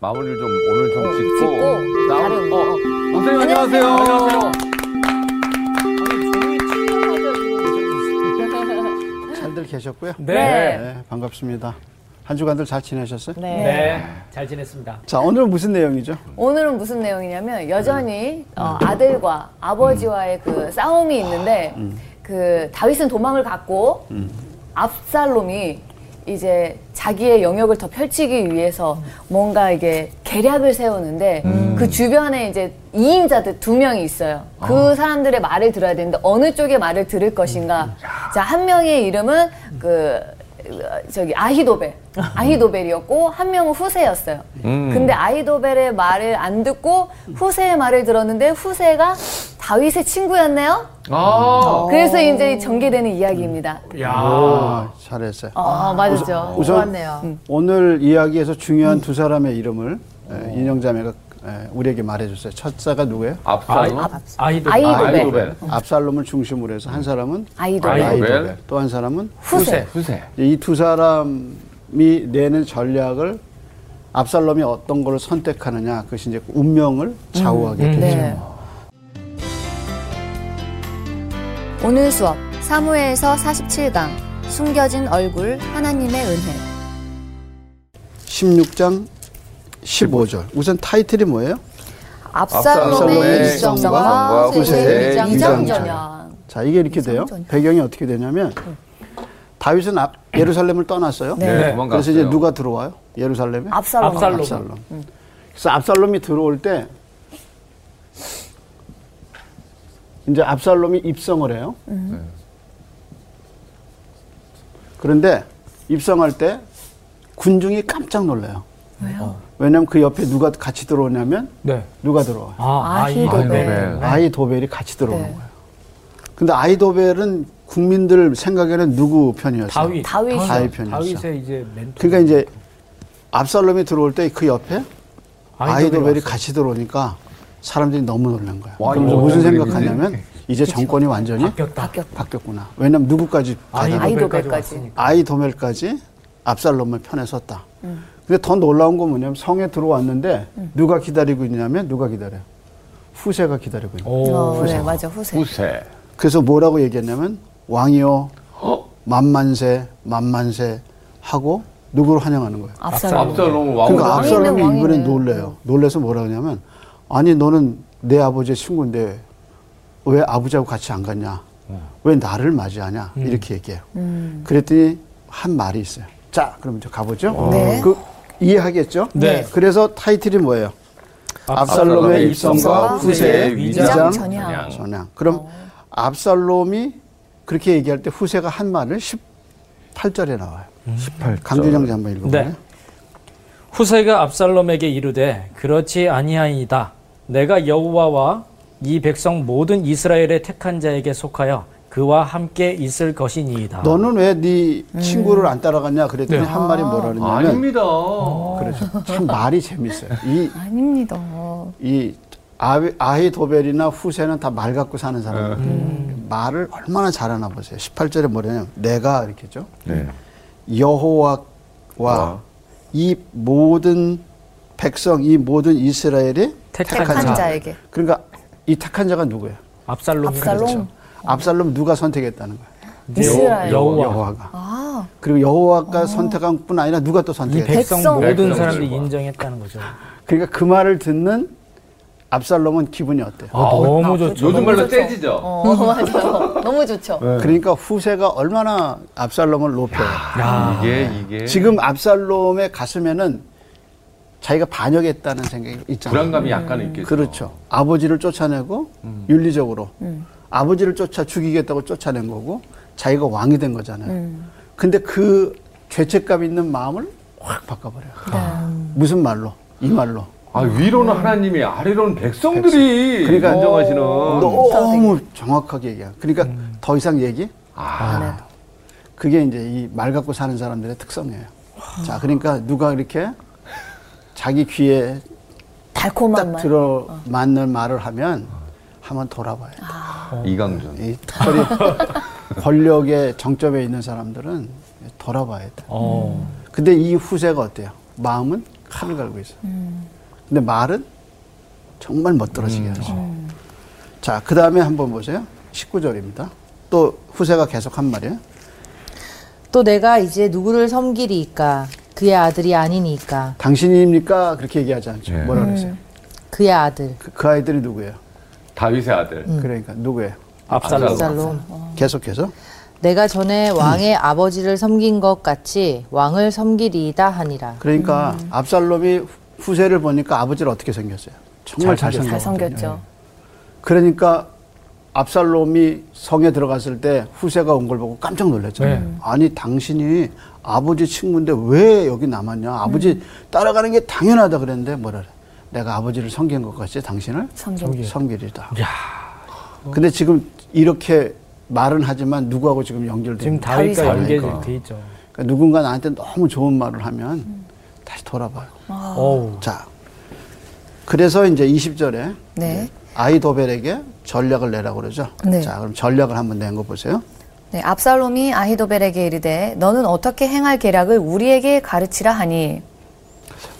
마무리를 좀 오늘 좀 짓고. 짓고 나- 다른 어, 거. 선생님 안녕하세요. 안녕하세요. 잘들 계셨고요. 네. 네, 반갑습니다. 한 주간들 잘 지내셨어요? 네. 네, 잘 지냈습니다. 자, 오늘은 무슨 내용이죠? 오늘은 무슨 내용이냐면 여전히 어, 아들과 아버지와의 그 싸움이 있는데 그 다윗은 도망을 갔고 압살롬이 이제 자기의 영역을 더 펼치기 위해서 뭔가 이게 계략을 세우는데 그 주변에 이제 이인자들두 명이 있어요. 그 사람들의 말을 들어야 되는데 어느 쪽의 말을 들을 것인가. 자, 한 명의 이름은 그 저기 아히도벨. 아히도벨이었고 한 명은 후세였어요. 음. 근데 아히도벨의 말을 안 듣고 후세의 말을 들었는데 후세가 다윗의 친구였네요. 아, 그래서 이제 전개되는 이야기입니다. 아, 잘했어요. 음. 아, 맞았죠. 음. 좋았네요. 오늘 이야기에서 중요한 두 사람의 이름을 어. 예, 인형자매가 예, 우리에게 말해줬어요. 첫자가 누구예요? 예, 압살롬. 아이들. 아이- 아, 아이도벨. 아이도벨. 압살롬을 중심으로 해서 한 사람은 아이돌. 아이돌. 아이도벨. 또 한 사람은 후세. 후세. 이 두 사람이 내는 전략을 압살롬이 어떤 걸 선택하느냐 그것이 이제 운명을 좌우하게 되죠. 네. 오늘 수업 사무엘에서 47강 숨겨진 얼굴 하나님의 은혜 16장 15절. 우선 타이틀이 뭐예요? 압살롬의 압살롬의 일성과 일성과 후세의 후세의 이장전. 이장전야 자, 이게 이렇게 돼요. 배경이 어떻게 되냐면 다윗은 앞- 예루살렘을 떠났어요. 네, 도망갔어요. 그래서 이제 누가 들어와요? 예루살렘에? 압살롬 압살롬. 압살롬. 그래서 압살롬이 들어올 때 이제 압살롬이 입성을 해요. 네. 그런데 입성할 때 군중이 깜짝 놀라요. 어. 왜냐면 그 옆에 누가 같이 들어오냐면 네. 누가 들어와요? 아, 네. 아히도벨. 아이 도벨이 같이 들어오는 네. 거예요. 근데 아이 도벨은 국민들 생각에는 누구 편이었어요? 다윗. 다윗이요. 다윗 편이었어. 다윗의 이제 멘토. 그러니까 이제 압살롬이 들어올 때 그 옆에 아이 아이도벨이 도벨이 같이 들어오니까 사람들이 너무 놀란 거야. 와, 그러면서 이거 네. 무슨 어떤 생각하냐면 이제 정권이 완전히 바뀌었다. 바뀌었구나. 왜냐면 누구까지 가다가 아이도벨까지. 왔으니까. 아이 도멜까지 압살롬을 편에 섰다. 근데 더 놀라운 건 뭐냐면 성에 들어왔는데 누가 기다리고 있냐면 누가 기다려요? 후세가 기다리고 있는 거야. 어, 네, 맞아 후세 후세. 그래서 뭐라고 얘기했냐면 왕이요 어? 만만세 만만세 하고 누구를 환영하는 거예요. 압살롬 압살롬 그러니까 왕. 왕이네, 압살롬이 왕이네. 이번에 놀래요. 놀래서 뭐라 그러냐면 아니 너는 내 아버지의 친구인데 왜 아버지하고 같이 안 갔냐? 왜 나를 맞이하냐? 이렇게 얘기해요. 음. 그랬더니 한 말이 있어요. 자, 그럼 이제 가보죠. 네. 그 이해하겠죠? 네. 그래서 타이틀이 뭐예요? 압살롬의 압살롬의 입성과 입성과 후세의 후세의 위장 위장 전향. 전향. 어. 그럼 압살롬이 그렇게 얘기할 때 후세가 한 말을 18절에 나와요. 18절. 강준영 씨 한번 읽어보세요. 네. 후세가 압살롬에게 이르되 그렇지 아니하이다. 내가 여호와와 이 백성 모든 이스라엘의 택한 자에게 속하여 그와 함께 있을 것이니이다. 아. 너는 왜 네 친구를 안 따라갔냐 그랬더니 네. 한 말이 뭐라냐면 아닙니다. 그렇죠. 참 말이 재밌어요. 이, 아닙니다 이 아위- 아히도벨이나 후세는 다 말 갖고 네. 사는 사람들. 음. 말을 얼마나 잘하나 보세요. 18절에 뭐냐면 내가 이렇게죠. 네. 여호와와 와. 이 모든 백성, 이 모든 이스라엘이 택한 택한 자에게 그러니까 이 택한 자가 누구예요? 압살롬. 압살롬 압살롬 누가 선택했다는 거예요? 이스라엘 네. 여호와. 여호와가. 아 그리고 여호와가 선택한 뿐 아니라 누가 또 이 선택했어요? 백성 백성 모든 백성들과. 사람들이 인정했다는 거죠. 그러니까 그 말을 듣는 압살롬은 기분이 어때요? 아, 너무 좋죠. 요즘 말로 좋죠. 떼지죠. 어, 맞아요 너무 어, 좋죠 네. 그러니까 후세가 얼마나 압살롬을 높여요. 야. 이게 이게 지금 압살롬의 가슴에는 자기가 반역했다는 생각이 있잖아요. 불안감이 약간 있겠죠. 음. 그렇죠. 아버지를 쫓아내고 윤리적으로 아버지를 쫓아 죽이겠다고 쫓아낸 거고 자기가 왕이 된 거잖아요. 근데 그 죄책감 있는 마음을 확 바꿔버려요. 아, 무슨 말로? 이 말로. 아 위로는 하나님이 아래로는 백성들이 그러니까 인정하시는. 너무 정확하게 얘기해요. 그러니까 음. 더 이상 얘기 아, 그게 이제 이 말 갖고 사는 사람들의 특성이에요. 자, 그러니까 누가 이렇게 자기 귀에 달콤한 딱 맛 들어 맞는 말을 하면 한번 돌아봐요. 네. 이강준. 이 특별히 권력의 정점에 있는 사람들은 돌아봐야 돼. 어. 근데 이 후세가 어때요? 마음은 칼을 갈고 있어요. 근데 말은 정말 멋들어지게 하죠. 자, 그 다음에 한번 보세요. 19절입니다. 또 후세가 계속 한 말이에요. 또 내가 이제 누구를 섬기리이까 그의 아들이 아니니까 당신입니까? 그렇게 얘기하지 않죠. 예. 뭐라 그랬어요? 그의 아들 그, 그 아이들이 누구예요? 다윗의 아들. 음. 그러니까 누구예요? 압살롬. 압살롬 어. 계속해서 내가 전에 왕의 아버지를 섬긴 것 같이 왕을 섬기리이다 하니라 그러니까 음. 압살롬이 후세를 보니까 아버지를 어떻게 생겼어요? 정말 잘 잘생겼어요. 잘 생겼죠. 그러니까 압살롬이 성에 들어갔을 때 후세가 온 걸 보고 깜짝 놀랐잖아요. 네. 아니 당신이 아버지 친구인데 왜 여기 남았냐? 아버지 음. 따라가는 게 당연하다 그랬는데 뭐라 그래? 내가 아버지를 섬긴 것 같이 당신을 섬김. 섬기리다. 네. 근데 지금 이렇게 말은 하지만 누구하고 지금 지금 연결됩니다. 다윗과 다윗. 연계돼 있죠. 그러니까 누군가 나한테 너무 좋은 말을 하면 다시 돌아봐요. 어우. 자, 그래서 이제 20절에 네. 아이도벨에게 전략을 내라고 그러죠. 네. 자, 그럼 전략을 한번 낸 거 보세요. 네, 압살롬이 아히도벨에게 이르되 너는 어떻게 행할 계략을 우리에게 가르치라 하니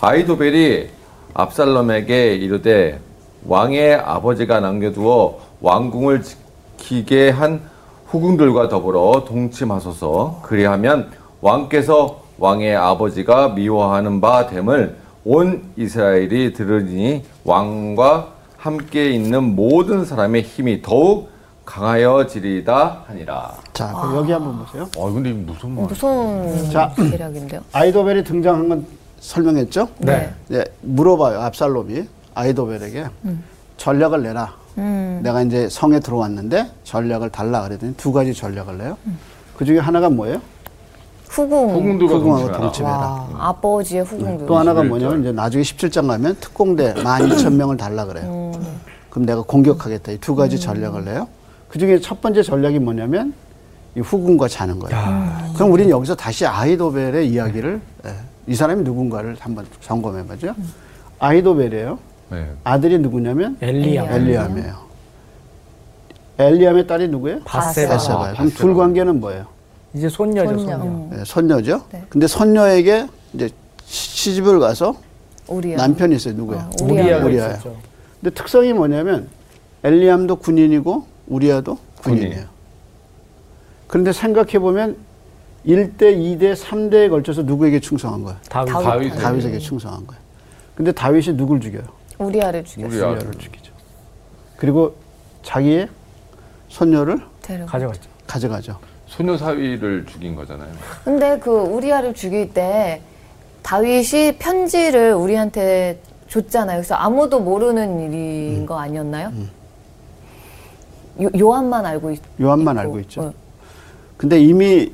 아이도벨이 압살롬에게 이르되 왕의 아버지가 남겨두어 왕궁을 지키게 한 후궁들과 더불어 동침하소서 그리하면 왕께서 왕의 아버지가 미워하는 바 됨을 온 이스라엘이 들으니 왕과 함께 있는 모든 사람의 힘이 더욱 강하여지리다 하니라. 자, 그럼 여기 한번 보세요. 아 근데 무슨 말? 무서운 자. 계략인데요. 아이도벨이 등장한 건 설명했죠? 네. 예, 물어봐요. 압살롬이 아이도벨에게 전략을 내라. 내가 이제 성에 들어왔는데 전략을 달라 그랬더니 두 가지 전략을 내요. 그 중에 하나가 뭐예요? 후궁, 후궁들과 후궁하고 동침하라. 동침해라. 아버지의 후궁들. 또 하나가 21절. 뭐냐면 이제 나중에 17장 가면 특공대 12,000명을 달라 그래요. 그럼 내가 공격하겠다. 이 두 가지 전략을 내요. 그중에 첫 번째 전략이 뭐냐면 이 후궁과 자는 거예요. 그럼 우리는 여기서 다시 아이도벨의 이야기를 예, 이 사람이 누군가를 한번 점검해 보죠. 아이도벨이에요. 네. 아들이 누구냐면 엘리야. 엘리암이에요. 엘리암의 딸이 누구예요? 바세바. 바세바예요. 그럼 둘 관계는 뭐예요? 이제 손녀죠, 손녀. 손녀. 음, 예, 손녀죠. 근데 손녀에게 이제 시- 시집을 가서 우리야. 남편이 있어요. 누구예요? 우리아가 우리아예요. 있었죠. 근데 특성이 뭐냐면 엘리암도 군인이고 우리아도 군인. 군인이에요. 그런데 생각해 보면 1대, 2대, 3대에 걸쳐서 누구에게 충성한 거예요? 다윗. 다윗. 다윗에게 충성한 거예요. 근데 다윗이 누굴 죽여요? 우리아를 죽였어. 우리 아들. 우리아를 죽이죠. 그리고 자기의 손녀를 데려가. 가져갔죠. 가져가죠. 소녀 사위를 죽인 거잖아요. 근데 그 우리아를 죽일 때 다윗이 편지를 우리한테 줬잖아요. 그래서 아무도 모르는 일인 거 아니었나요? 요, 요한만 알고 있. 요한만 있고. 알고 있죠. 어. 근데 이미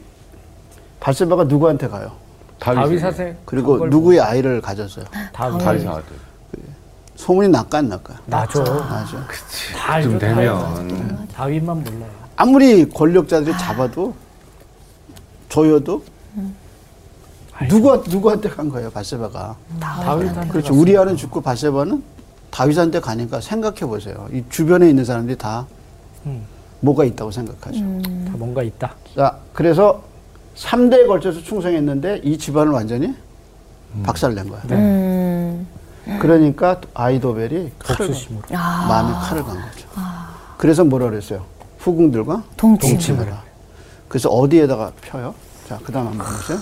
바세바가 누구한테 가요? 다윗 다윗에게. 사세. 그리고 누구의 뭐. 아이를 가졌어요? 다윗. 다윗의 아들. 소문이 날까 안 날까? 나죠. 나죠. 다 알죠. 좀 다 되면. 알죠. 다윗만 몰라요. 아무리 권력자들이 잡아도 조여도 누가 누구한테 간 거예요 바세바가 다윗한테 그렇죠 우리아는 죽고 바세바는 다윗한테 가니까 생각해 보세요 이 주변에 있는 사람들이 다 음. 뭐가 있다고 생각하죠 다 뭔가 있다. 자 그래서 3대에 걸쳐서 충성했는데 이 집안을 완전히 박살낸 거야 네. 그러니까 아이도벨이 칼을 복수심으로. 간- 마음에 칼을 간 거죠 아. 그래서 뭐라 그랬어요 후궁들과 동침. 동침해라. 그래서 어디에다가 펴요? 자, 그 다음 한번 보세요.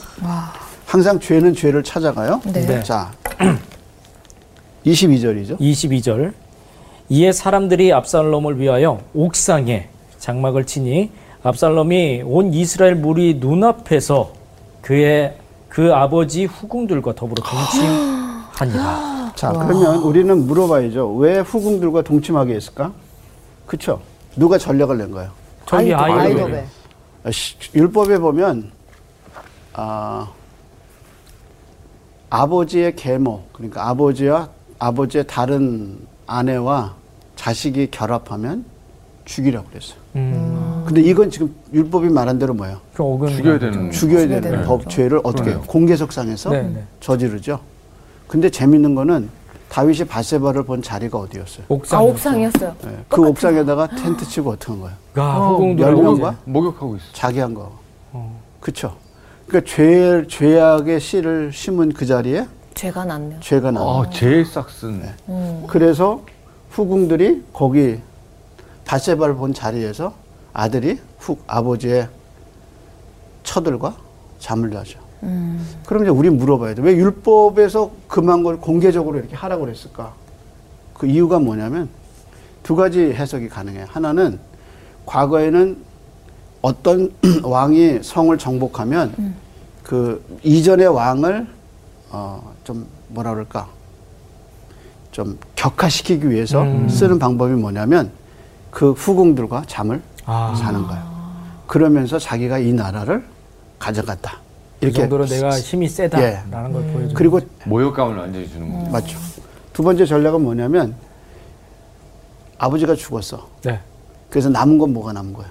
항상 죄는 죄를 찾아가요. 네. 네. 자, 22절이죠. 22절 이에 사람들이 압살롬을 위하여 옥상에 장막을 치니 압살롬이 온 이스라엘 무리 눈앞에서 그의 그 아버지 후궁들과 더불어 동침하니라. 자, 그러면 우리는 물어봐야죠. 왜 후궁들과 동침하게 했을까? 그쵸? 누가 전략을 낸 거예요? 저기 아이도- 아이도 아이도벨 아, 시- 율법에 보면, 아, 아버지의 계모, 그러니까 아버지와 아버지의 다른 아내와 자식이 결합하면 죽이라고 그랬어요. 음, 근데 이건 지금 율법이 말한 대로 뭐예요? 그 어근 죽여야 되는. 죽여야 죽여야 되는 되는 법 죄를 어떻게 해요? 공개석상에서 네, 네. 저지르죠. 근데 재밌는 거는 다윗이 바세바를 본 자리가 어디였어요? 옥상. 아 옥상이었어요. 예, 그 옥상에다가 텐트 치고 어떻게 한 거예요? 아, 열명과? 후궁들하고 이제 목욕하고 있어. 자기 한 거. 그쵸? 그러니까 죄, 죄악의 씨를 심은 그 자리에 죄가 났네요. 죄가 나. 아, 제일 싹슨. 그래서 후궁들이 거기 바세바를 본 자리에서 아들이 후, 아버지의 처들과 잠을 자죠. 그럼 이제 우리 물어봐야 돼. 왜 율법에서 금한 걸 공개적으로 이렇게 하라고 그랬을까? 그 이유가 뭐냐면 두 가지 해석이 가능해요. 하나는 과거에는 어떤 왕이 성을 정복하면 그 이전의 왕을 어, 좀 뭐라 그럴까? 좀 격화시키기 위해서 음. 쓰는 방법이 뭐냐면 그 후궁들과 잠을 아. 사는 거예요. 그러면서 자기가 이 나라를 가져갔다. 이 이렇게 그 정도로 내가 힘이 세다라는 걸 보여주는 그리고 모욕감을 완전히 주는 거예요. 맞죠. 두 번째 전략은 뭐냐면 아버지가 죽었어. 네. 그래서 남은 건 뭐가 남은 거야?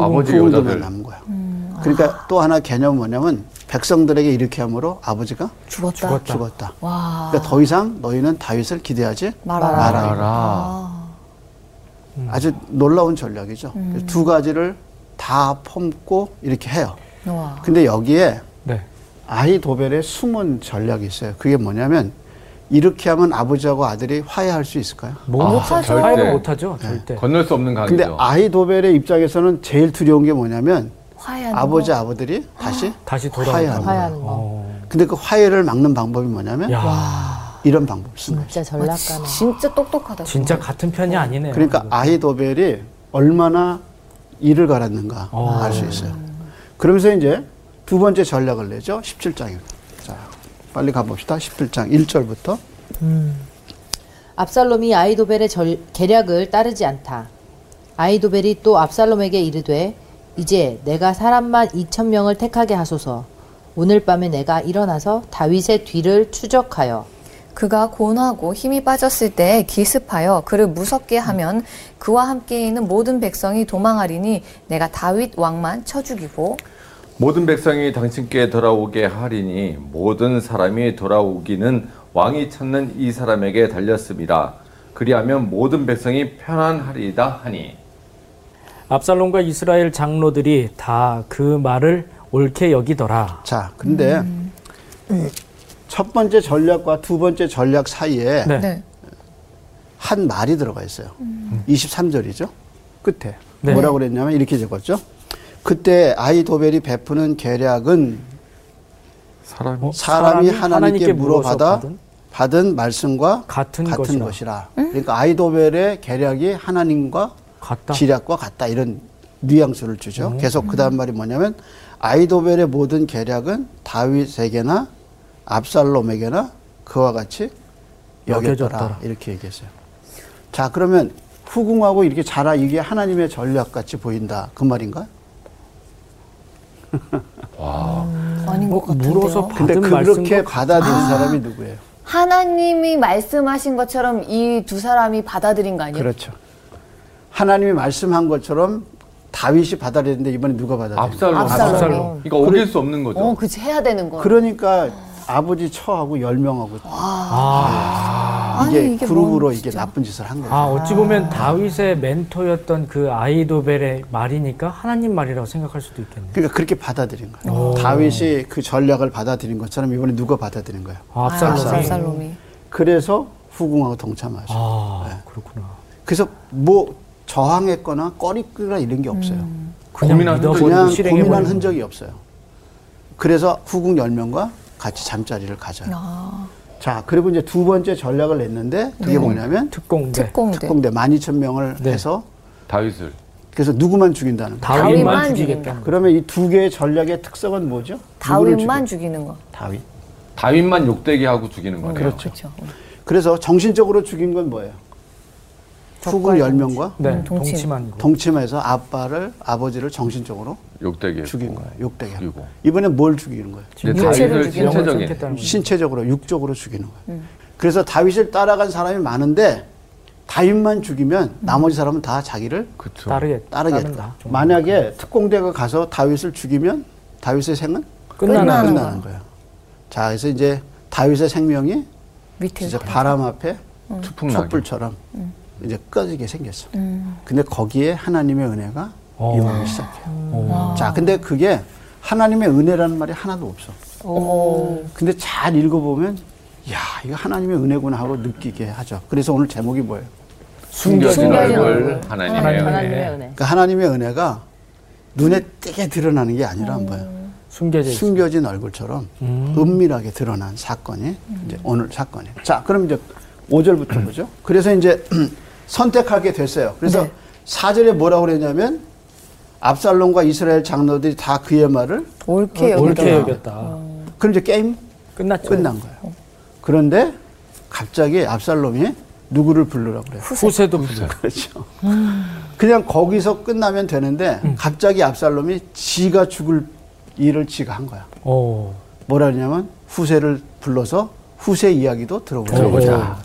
아버지 후궁들만 여자들. 음, 남은 거야. 음. 아. 그러니까 또 하나 개념은 뭐냐면 백성들에게 이렇게 함으로 아버지가 죽었다. 죽었다. 와. 그러니까 더 이상 너희는 다윗을 기대하지 말아라. 말아라. 알아. 아주 놀라운 전략이죠. 음. 그래서 두 가지를 다 품고 이렇게 해요. 와. 근데 여기에 네. 아이 도벨의 숨은 전략이 있어요. 그게 뭐냐면 이렇게 하면 아버지하고 아들이 화해할 수 있을까요? 못 아, 못하죠. 절대. 네. 화해를 못하죠. 절대. 건널 수 없는 근데 강이죠. 아이 도벨의 입장에서는 제일 두려운 게 뭐냐면 화해하는 아버지 거. 아버들이 다시 다시 화해하는 돌아온다. 거예요. 화해하는 어. 거. 근데 그 화해를 막는 방법이 뭐냐면 야, 이런 방법을 쓰는 거예요. 진짜 와, 전략가네. 진짜 똑똑하다. 진짜 같은 편이 아니네요. 그러니까 아이 도벨이 얼마나 이를 갈았는가 어. 알 수 있어요. 그러면서 이제 두 번째 전략을 내죠. 17장입니다. 자, 빨리 가봅시다. 17장 1절부터. 압살롬이 아이도벨의 절, 계략을 따르지 않다. 아이도벨이 또 압살롬에게 이르되 이제 내가 사람만 2천 명을 택하게 하소서. 오늘 밤에 내가 일어나서 다윗의 뒤를 추적하여 그가 곤하고 힘이 빠졌을 때에 기습하여 그를 무섭게 하면 그와 함께 있는 모든 백성이 도망하리니 내가 다윗 왕만 쳐 죽이고 모든 백성이 당신께 돌아오게 하리니 모든 사람이 돌아오기는 왕이 찾는 이 사람에게 달렸습니다. 그리하면 모든 백성이 편안하리다 하니. 압살롬과 이스라엘 장로들이 다 그 말을 옳게 여기더라. 자, 근데 첫 번째 전략과 두 번째 전략 사이에 네. 네. 한 말이 들어가 있어요. 23절이죠. 끝에. 네. 뭐라고 그랬냐면 이렇게 적었죠. 그때 아이도벨이 베푸는 계략은 사람 어? 사람이, 하나님께, 물어서 물어받아 받은? 받은, 말씀과 같은 같은, 것이라. 것이라. 그러니까 아이도벨의 계략이 하나님과 같다. 지략과 같다 이런 뉘앙스를 주죠. 계속 그 다음 말이 뭐냐면 아이도벨의 모든 계략은 다윗에게나 압살롬에게나 그와 같이 여겨졌더라. 여겨져라 이렇게 얘기했어요. 자 그러면 후궁하고 이렇게 자라 이게 하나님의 전략 같이 보인다 그 말인가? 아닌 것 같은데요. 물어서 근데 받은 그렇게 말씀과 받아들인 사람이 누구예요? 하나님이 말씀하신 것처럼 이 두 사람이 받아들인 거 아니에요? 그렇죠. 하나님이 말씀한 것처럼 다윗이 받아들였는데 이번에 누가 받아들였어요? 압살롬. 압살롬. 그러니까 어길 수 없는 거죠. 어, 그치 해야 되는 거. 그러니까 아버지 처하고 열 명하고 아, 이게, 아니, 이게 그룹으로 뭔 이게 진짜. 나쁜 짓을 한 거예요. 아 어찌 보면 다윗의 멘토였던 그 아이도벨의 말이니까 하나님 말이라고 생각할 수도 있겠네. 요 그러니까 그렇게 받아들인 거예요. 다윗이 그 전략을 받아들인 것처럼 이번에 누가 받아들인 거예요. 아, 압살롬이. 아, 압살롬이. 그래서 후궁하고 동참하죠. 아, 그렇구나. 그래서 뭐 저항했거나 꺼리거나 이런 게 없어요. 그냥 고민한 흔적이 믿어버리고 그냥 실행해버리고. 고민한 흔적이 없어요. 그래서 후궁 10명과 같이 잠자리를 가져요. 아. 자, 그리고 이제 두 번째 전략을 냈는데 네. 그게 뭐냐면 네. 특공대. 특공대. 특공대 12,000명을 네. 해서 다윗을. 그래서 누구만 죽인다는 거예요. 다윗만 다윗만 죽이겠다. 그러면 이 두 개의 전략의 특성은 뭐죠? 누구를 다윗만 죽여? 죽이는 거. 다윗. 다윗만 욕되게 하고 죽이는 거네요. 그렇죠. 그래서 정신적으로 죽인 건 뭐예요? 후궁 10명과 네, 음, 동침. 동침한 거. 동침해서 아빠를 아버지를 정신적으로 네, 욕되게 죽인 거예요. 욕되게. 죽이고. 이번엔 뭘 죽이는 거예요? 근데 육체를 다윗을 죽이는 영혼을 신체적인 삼켰다는 거죠. 음. 신체적으로 육적으로 죽이는 거예요. 그래서 다윗을 따라간 사람이 많은데 다윗만 죽이면 나머지 사람은 다 자기를 그쵸. 따르겠, 따르겠다. 음. 따른다. 만약에 특공대가 가서 다윗을 죽이면 다윗의 생은 끝나는 끝나는 거. 끝나는 거예요. 자, 그래서 이제 다윗의 생명이 밑에. 진짜 바람 앞에 투풍 나게. 촛불처럼 이제 꺼지게 생겼어. 근데 거기에 하나님의 은혜가 어. 어. 임하기 시작해요. 자, 근데 그게 하나님의 은혜라는 말이 하나도 없어. 오. 근데 잘 읽어보면 야 이거 하나님의 은혜구나 하고 느끼게 하죠. 그래서 오늘 제목이 뭐예요? 숨겨진 숨겨진 얼굴 얼굴. 하나님의 네. 하나님의 은혜. 은혜. 그 하나님의 은혜가 눈에 띄게 드러나는 게 아니라 뭐예요? 숨겨져 있어. 숨겨진 얼굴처럼 은밀하게 드러난 사건이 이제 오늘 사건이. 자, 그럼 이제 5절부터 보죠. 그래서 이제 선택하게 됐어요. 그래서 사 4절에 뭐라고 그랬냐면 압살롬과 이스라엘 장로들이 다 그의 말을 옳게 여겼다. 옳게 여겼다. 그럼 이제 게임 끝났죠. 끝난 거예요. 그런데 갑자기 압살롬이 누구를 부르라고 그래요? 후세도 부르. 그렇죠. 그냥 거기서 끝나면 되는데 갑자기 압살롬이 지가 죽을 일을 지가 한 거야. 오. 뭐라 그러냐면 후세를 불러서 후세 이야기도 들어보자. 들어보자.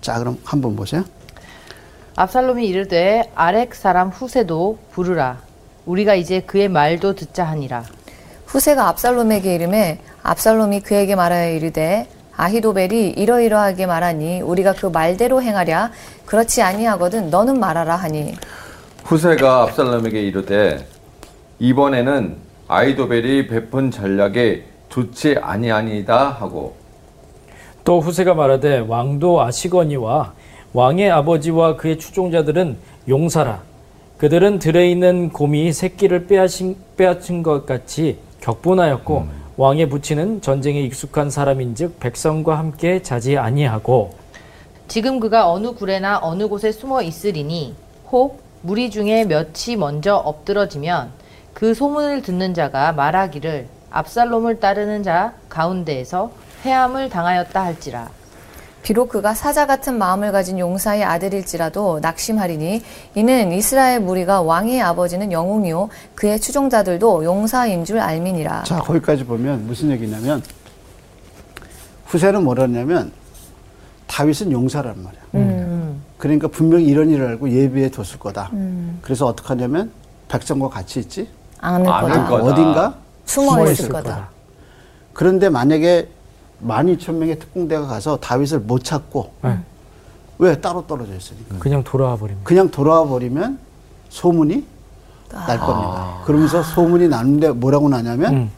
자, 그럼 한번 보세요. 압살롬이 이르되 아렉 사람 후세도 부르라. 우리가 이제 그의 말도 듣자 하니라. 후세가 압살롬에게 이름해 압살롬이 그에게 말하여 이르되 아히도벨이 이러이러하게 말하니 우리가 그 말대로 행하랴 그렇지 아니하거든 너는 말하라 하니 후세가 압살롬에게 이르되 이번에는 아이도벨이 베푼 전략에 좋지 아니하니다 하고 또 후세가 말하되 왕도 아시거니와 왕의 아버지와 그의 추종자들은 용사라. 그들은 들에 있는 곰이 새끼를 빼앗은, 빼앗은 것 같이 격분하였고 왕의 부친은 전쟁에 익숙한 사람인즉 백성과 함께 자지 아니하고 지금 그가 어느 굴에나 어느 곳에 숨어 있으리니 혹 무리 중에 몇이 먼저 엎드러지면 그 소문을 듣는 자가 말하기를 압살롬을 따르는 자 가운데에서 회함을 당하였다 할지라. 비록 그가 사자 같은 마음을 가진 용사의 아들일지라도 낙심하리니 이는 이스라엘 무리가 왕의 아버지는 영웅이요 그의 추종자들도 용사인 줄 알미니라 자, 거기까지 보면 무슨 얘기냐면 후세는 뭐라 그러냐면 다윗은 용사란 말이야. 그러니까 분명히 이런 일을 알고 예비해 뒀을 거다. 그래서 어떻게 하냐면 백성과 같이 있지? 안을 안을 거다 거다. 어딘가 숨어 있을 거다 그런데 만약에 12,000명의 특공대가 가서 다윗을 못 찾고 음. 왜 따로 떨어져 있으니까 예, 그냥 돌아와 버립니다. 그냥 돌아와 버리면 소문이 날 겁니다. 그러면서 소문이 나는데 뭐라고 나냐면 음.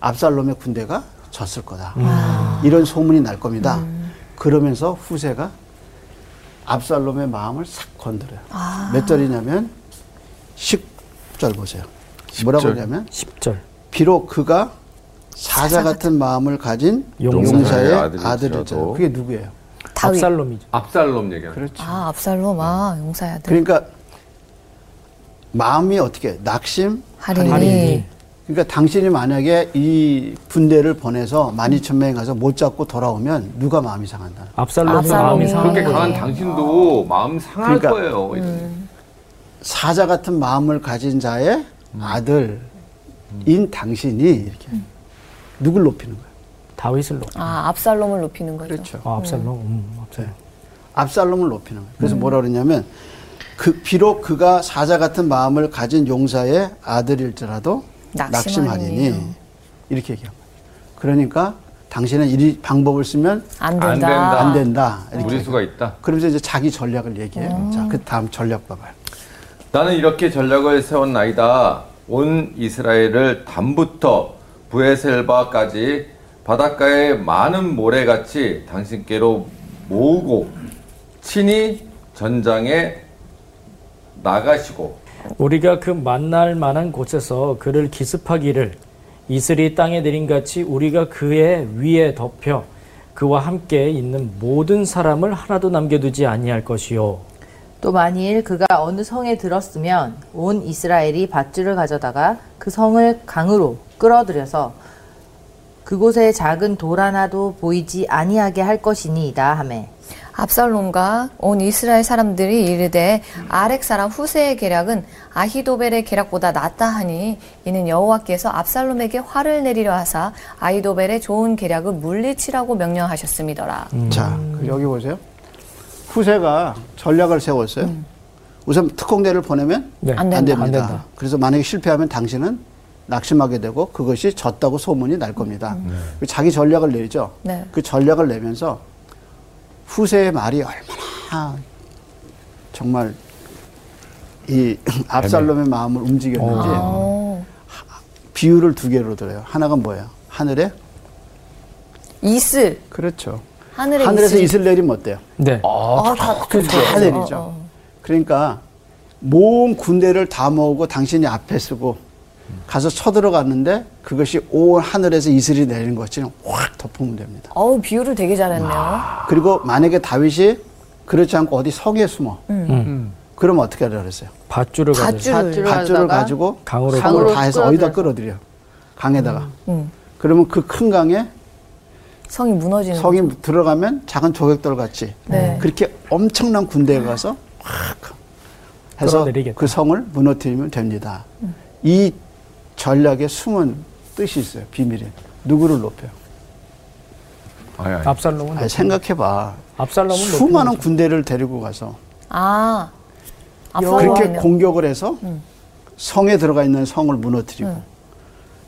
압살롬의 군대가 졌을 거다. 이런 소문이 날 겁니다. 그러면서 후세가 압살롬의 마음을 싹 건드려요. 몇 절이냐면 10절 보세요. 뭐라고 10절. 하냐면 10절. 비록 그가 사자 같은 마음을 가진 용사의 용사의 아들일지라도. 아들이죠. 그게 누구예요? 다윗 압살롬이죠. 압살롬 얘기하는 그렇죠. 아 압살롬 아 용사의 아들 그러니까 마음이 어떻게 해요? 낙심 하리니. 하리니. 그러니까 당신이 만약에 이 군대를 보내서 12,000명이 가서 못 잡고 돌아오면 누가 마음이 상한다. 압살롬이, 압살롬이 그렇죠. 마음이 상한 그렇게 거예요. 강한 당신도 마음 상할 그러니까. 거예요. 이런. 사자 같은 마음을 가진 자의 아들인 당신이 이렇게 누굴 높이는 거예요? 다윗을 놓. 아 압살롬을 높이는 거죠 그렇죠. 아, 네. 압살롬. 음, 압살롬. 네. 압살롬을 높이는 거예요. 그래서 뭐라 그러냐면 그 비록 그가 사자 같은 마음을 가진 용사의 아들일지라도 낙심하리니. 낙심하리니 이렇게 얘기한 거예요. 그러니까 당신은 이 방법을 쓰면 안 안 된다. 된다 안 된다. 이렇게. 우리 얘기해요. 수가 있다. 그러면서 이제 자기 전략을 얘기해요. 자, 그 다음 전략 봐봐요. 나는 이렇게 전략을 세웠나이다. 온 이스라엘을 담부터 부에셀바까지 바닷가에 많은 모래같이 당신께로 모으고 친히 전장에 나가시고 우리가 그 만날 만한 곳에서 그를 기습하기를 이슬이 땅에 내린 같이 우리가 그의 위에 덮여 그와 함께 있는 모든 사람을 하나도 남겨두지 아니할 것이요. 또 만일 그가 어느 성에 들었으면 온 이스라엘이 밧줄을 가져다가 그 성을 강으로 끌어들여서 그곳에 작은 돌 하나도 보이지 아니하게 할 것이니이다 하매 압살롬과 온 이스라엘 사람들이 이르되 아렉 사람 후세의 계략은 아히도벨의 계략보다 낫다 하니 이는 여호와께서 압살롬에게 화를 내리려 하사 아히도벨의 좋은 계략을 물리치라고 명령하셨음이더라. 자, 그리고 여기 보세요. 후세가 전략을 세웠어요. 음. 우선 특공대를 보내면 네. 안 된다. 안 됩니다. 안 된다. 그래서 만약에 실패하면 당신은 낙심하게 되고 그것이 졌다고 소문이 날 겁니다. 자기 전략을 내죠. 음. 네. 그 전략을 내면서 후세의 말이 얼마나 정말 이 압살롬의 마음을 움직였는지 어, 비유를 두 개로 들어요. 하나가 뭐예요? 하늘에? 이슬 그렇죠. 하늘에 하늘에서 이슬. 이슬 그렇죠. 내리면 어때요? 네. 아, 다 어, 다 내리죠. 어, 그러니까 모은 군대를 다 모으고 당신이 앞에 쓰고 가서 쳐들어갔는데 그것이 온 하늘에서 이슬이 내리는 것처럼 확 덮으면 됩니다. 어우 비유를 되게 잘했네요. 그리고 만약에 다윗이 그렇지 않고 어디 석에 숨어. 그럼 어떻게 하려고 그랬어요? 음. 밧줄을 가지고. 밧줄. 밧줄을 밧줄을 하다가 가지고 강으로 강으로 끌어- 다 해서 어디다 끌어들여. 강에다가. 그러면 그 큰 강에 성이 예. 무너지는. 성이 들어가면 작은 조격돌 같이 네. 그렇게 엄청난 군대에 가서 확 해서 끌어내리겠다. 그 성을 무너뜨리면 됩니다. 이 전략에 숨은 뜻이 있어요. 비밀이. 누구를 높여? 아니, 아니. 압살롬은 아니, 생각해봐. 압살롬은 높은 수많은 군대를 데리고 가서 아 그렇게 앞서가네요. 공격을 해서 음. 성에 들어가 있는 성을 무너뜨리고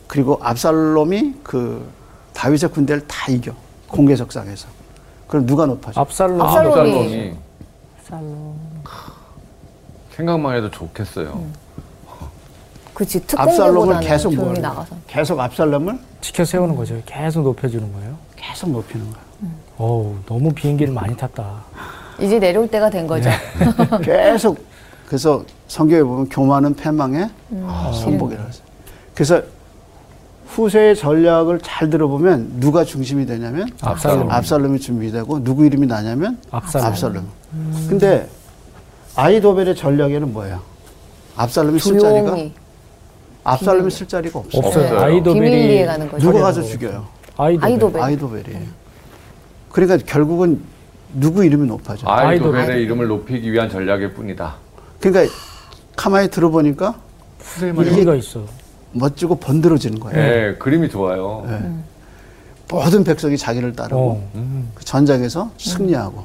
그리고 압살롬이 그 다윗의 군대를 다 이겨 공개석상에서 그럼 누가 높아져? 압살롬. 압살롬. 압살롬이. 생각만 해도 좋겠어요. 그치 압살롬을 특공대보다는 계속 조용히 모으는 거야. 나가서. 계속 압살롬을 지켜 세우는 거죠. 계속 높여주는 거예요. 계속 높이는 거야. 어우, 너무 비행기를 많이 탔다. 이제 내려올 때가 된 거죠. 네. 계속 그래서 성경에 보면 교만은 패망의 음. 아, 아, 선복이라고 했어요. 그래서 후세의 전략을 잘 들어보면 누가 중심이 되냐면 압살롬. 이 준비되고 누구 이름이 나냐면 압살롬. 음. 근데 아이도벨의 전략에는 뭐예요? 압살롬이 쓸 자리가 조용히 압살롬이 쓸 자리가 없어요. 없어요. 없어요. 뭐 비밀리에 아이도벨이 가는 거죠. 누가 가서 죽여요? 아이도벨. 네. 아이도벨. 아이도벨이에요. 그러니까 결국은 누구 이름이 높아져? 요 아이돌의 아이돌. 이름을 높이기 위한 전략일 뿐이다. 그러니까 가만히 들어보니까 네. 일리가 있어. 멋지고 번들어지는 거예요. 예, 그림이 좋아요. 모든 백성이 자기를 따르고 어. 그 전장에서 승리하고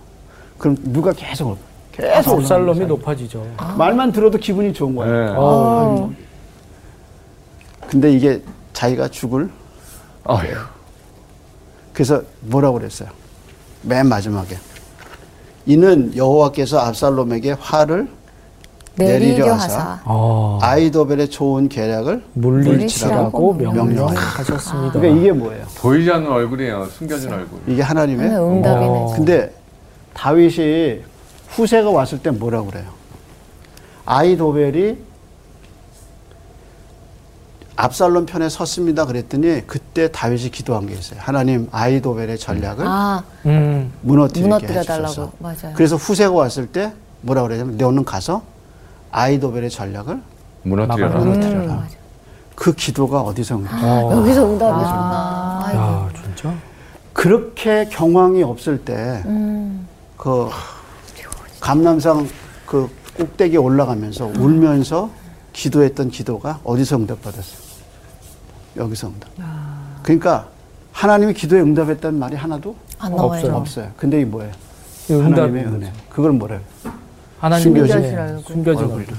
그럼 누가 계속 올- 계속 올라가는 압살롬이 거예요. 높아지죠. 말만 들어도 기분이 좋은 거예요. 예. 아. 어우, 근데 이게 자기가 죽을 아휴. 그래서 뭐라고 그랬어요? 맨 마지막에 이는 여호와께서 압살롬에게 화를 내리려 내리려 하사. 하사. 어, 아이도벨의 좋은 계략을 그러니까. 물리치라고 명령하셨습니다. 아, 그러니까 이게 뭐예요? 보이지 않는 얼굴이에요. 숨겨진 얼굴. 이게 하나님의 하나의 응답이네. 어. 근데 다윗이 후세가 왔을 때 뭐라고 그래요? 아이도벨이 압살롬 편에 섰습니다 그랬더니 그때 다윗이 기도한 게 있어요. 하나님 아이도벨의 전략을 아 음, 무너뜨리게 무너뜨려 해주소서. 달라고 맞아요. 그래서 후세가 왔을 때 뭐라고 그러냐면 너는 가서 아이도벨의 전략을 무너뜨려라. 막아라. 무너뜨려라. 그 기도가 아. 어디서 응답? 어. 여기서 응답이구나. 아이고. 야, 진짜? 그렇게 경황이 없을 때, 그, 감남상 그 꼭대기에 올라가면서 울면서 기도했던 기도가 어디서 응답받았어요? 여기서 응답. 그러니까 하나님이 기도에 응답했다는 말이 하나도 안 나와요. 없어요. 근데 이게 뭐예요? 이 하나님의 응답. 은혜. 그걸 뭐래요? 하나님의 숨겨진 은혜, 숨겨진 얼굴. 얼굴.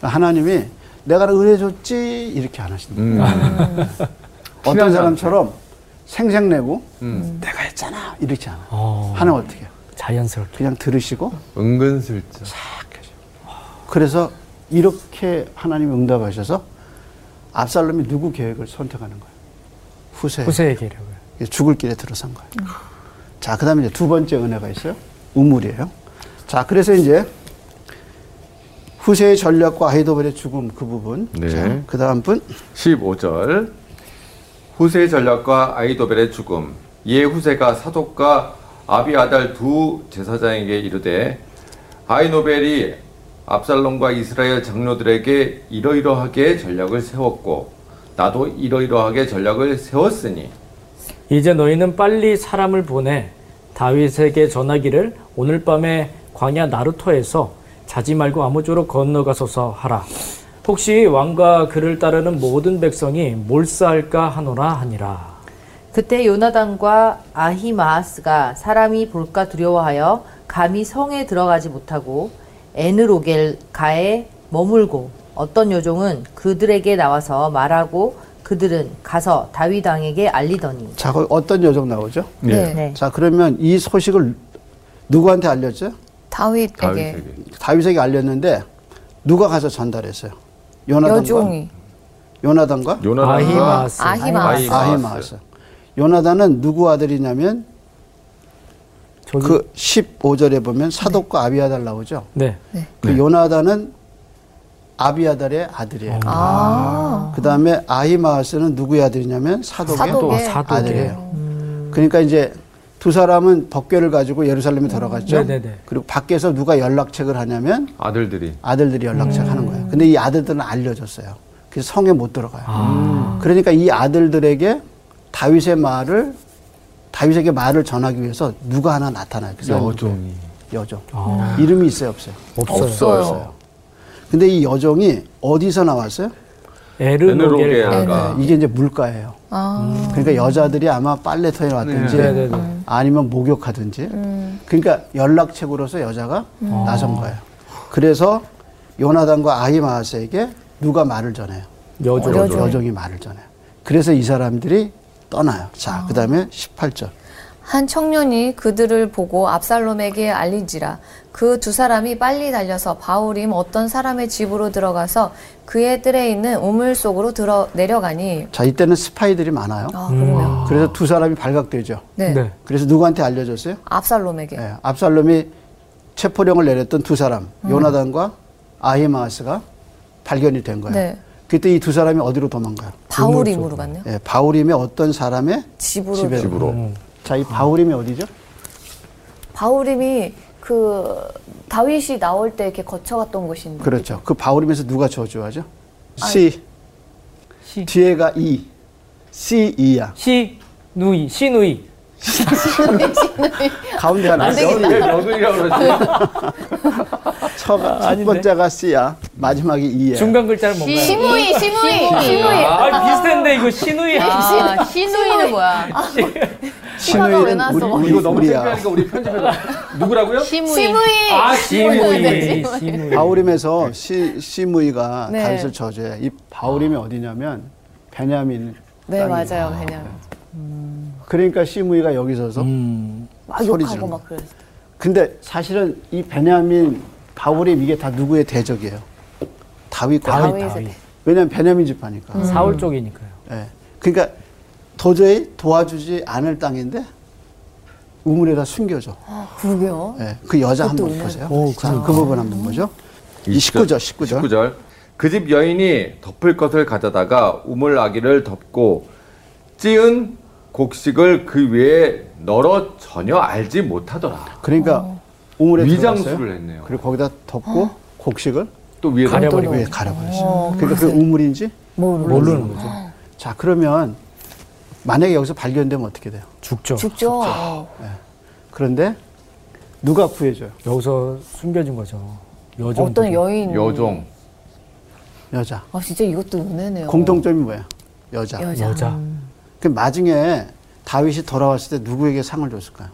하나님이 내가 은혜 줬지 이렇게 안 하신다. 음. 어떤 티나지 사람처럼 생색내고 음. 내가 했잖아 이렇게 않아. 어. 하나님 어떻게 해요? 자연스럽게. 그냥 들으시고 은근슬쩍. 그래서 이렇게 하나님이 응답하셔서 압살롬이 누구 계획을 선택하는 거예요? 후세. 후세의 계략을. 죽을 길에 들어선 거예요. 자, 그 다음에 이제 두 번째 은혜가 있어요. 우물이에요. 자, 그래서 이제 후세의 전략과 아이도벨의 죽음 그 부분. 네. 그 다음 분. 15절 후세의 전략과 아이도벨의 죽음 이에 후세가 사독과 아비아달 두 제사장에게 이르되 아이노벨이 압살롬과 이스라엘 장로들에게 이러이러하게 전략을 세웠고 나도 이러이러하게 전략을 세웠으니 이제 너희는 빨리 사람을 보내 다윗에게 전하기를 오늘 밤에 광야 나루터에서 자지 말고 아무쪼록 건너가소서 하라. 혹시 왕과 그를 따르는 모든 백성이 몰사할까 하노라 하니라. 그때 요나단과 아히마아스가 사람이 볼까 두려워하여 감히 성에 들어가지 못하고 에느로겔 가에 머물고 어떤 요종은 그들에게 나와서 말하고 그들은 가서 다윗 왕에게 알리더니 자, 거기 어떤 여정 나오죠? 네. 네. 자, 그러면 이 소식을 누구한테 알렸죠? 다윗에게 다윗에게 다윗에게 알렸는데 누가 가서 전달했어요? 요나단과 여종이 요나단과 요나단과 아히마스. 아히마스. 아히마스. 요나단은 누구 아들이냐면 저기- 그 15절에 보면 사독과 아비아달 나오죠. 네. 그 요나단은 아비아달의 아들이에요. 아. 그 다음에 아히마스는 누구의 아들이냐면 사독의 사독의 아, 사독의. 아들이에요. 그러니까 이제 두 사람은 법궤를 가지고 예루살렘에 들어갔죠. 네네네. 그리고 밖에서 누가 연락책을 하냐면 아들들이 아들들이 연락책 하는 거예요. 근데 이 아들들은 알려줬어요. 그래서 성에 못 들어가요. 그러니까 이 아들들에게 다윗의 말을 다윗에게 말을 전하기 위해서 누가 하나 나타나요. 그 사람이. 여종이. 여종. 이름이 있어요, 없어요? 없어요. 없어요. 근데 이 여종이 어디서 나왔어요? 네, 에누로겔. 에르노겔. 아. 네, 이게 이제 물가예요. 아, 그러니까 여자들이 아마 빨래터에 왔든지 네. 네, 네, 네. 아니면 목욕하든지 그러니까 연락책으로서 여자가 아. 나선 거예요. 그래서 요나단과 아히마스에게 누가 말을 전해요? 여종. 여종. 여종이 말을 전해요. 그래서 이 사람들이 떠나요. 자, 그 다음에 18절. 한 청년이 그들을 보고 압살롬에게 알린지라 그 두 사람이 빨리 달려서 바울임 어떤 사람의 집으로 들어가서 그의 뜰에 있는 우물 속으로 들어 내려가니 자, 이때는 스파이들이 많아요. 아 그러네요. 그래서 두 사람이 발각되죠. 네. 네. 그래서 누구한테 알려줬어요? 압살롬에게. 예, 압살롬이 체포령을 내렸던 두 사람, 음. 요나단과 아히마스가 발견이 된 거예요. 네. 그때 이 두 사람이 어디로 도망가요? 바울임으로 갔네요. 예, 바울임의 어떤 사람의 집으로. 집에. 집으로. 음. 자, 이 바울임이 어디죠? 바울임이 그 다윗이 나올 때 이렇게 거쳐갔던 곳인데. 그렇죠. 그 바울임에서 누가 저주하죠? C. 뒤에가 E. C, E야. 시 누이. 시 누이. 가운데 하나. 여왜 여종이라고 그러지? 첫, 첫 번째가 C야. 마지막이 E야. 중간 글자를 뭔가요? 시무이, 네. 시무이, 시무이. 아, 비슷한데 이거 시 누이. 아, 시누이는 뭐야? 시화가 왜 신우이는 나왔어? 우리, 이거 너무 우리야. 창피하니까 우리 편집해봐. 누구라고요? 시무이. 시무이. 아, 시 누이. 시 누이. 바울임에서 시, 시므이가 네. 다윗을 저주해. 이 바울임이 어디냐면 베냐민. 네 땅이에요. 맞아요 그냥 그러니까 시므이가 여기 서서 막 소리 지르는 욕하고 거. 막 그랬어. 근데 사실은 이 베냐민 바울임 이게 다 누구의 대적이에요? 다윗과 다윗, 다윗의 음. 다윗. 왜냐면 베냐민 집파니까. 사울 쪽이니까요. 예. 그러니까 도저히 도와주지 않을 땅인데 우물에다 숨겨줘. 아, 그러게요. 예. 그 여자 한번 보세요. 자, 그 부분 한번 보죠. 이 19절, 19절. 19절. 그 집 여인이 덮을 것을 가져다가 우물 아기를 덮고 찌은 곡식을 그 위에 널어 전혀 알지 못하더라. 그러니까 어. 우물에 위장수를 들어갔어요. 했네요. 그리고 거기다 덮고 어? 곡식을 또 위에 가려버리고. 덮고. 위에 가려버렸어요. 그러니까 그 우물인지 네. 모르는 거죠. 자 그러면 만약에 여기서 발견되면 어떻게 돼요? 죽죠. 죽죠. 어, 그런데 누가 구해줘요? 여기서 숨겨진 거죠. 여종. 어떤 여인. 여종. 여자. 아 진짜 이것도 은혜네요. 공통점이 뭐야? 여자. 여자. 어. 여자. 그 마중에 다윗이 돌아왔을 때 누구에게 상을 줬을까요?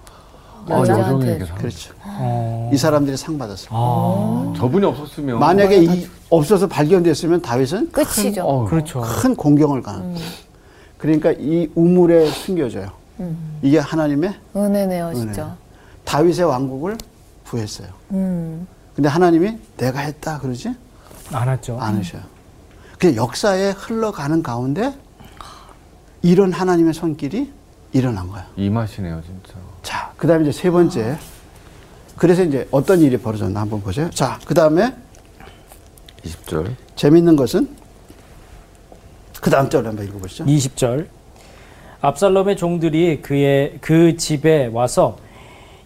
아, 여자한테. 그렇죠. 어. 이 사람들이 상 받았어요. 아, 저분이 없었으면 만약에 이 없어서 발견됐으면 다윗은 끝이죠. 어. 그렇죠. 음. 큰 공경을 가는 거예요. 그러니까 이 우물에 숨겨져요. 음. 이게 하나님의 은혜네요 진짜. 다윗의 왕국을 구했어요. 음. 근데 하나님이 내가 했다 그러지 안 왔죠. 않으셔요. 그 역사에 흘러가는 가운데 이런 하나님의 손길이 일어난 거예요. 이 맛이네요, 진짜. 자, 그 다음에 이제 세 번째. 그래서 이제 어떤 일이 벌어졌나 한번 보세요. 자, 그 다음에 20절. 재밌는 것은 그 다음 절 한번 읽어보시죠. 20절. 압살롬의 종들이 그의 그 집에 와서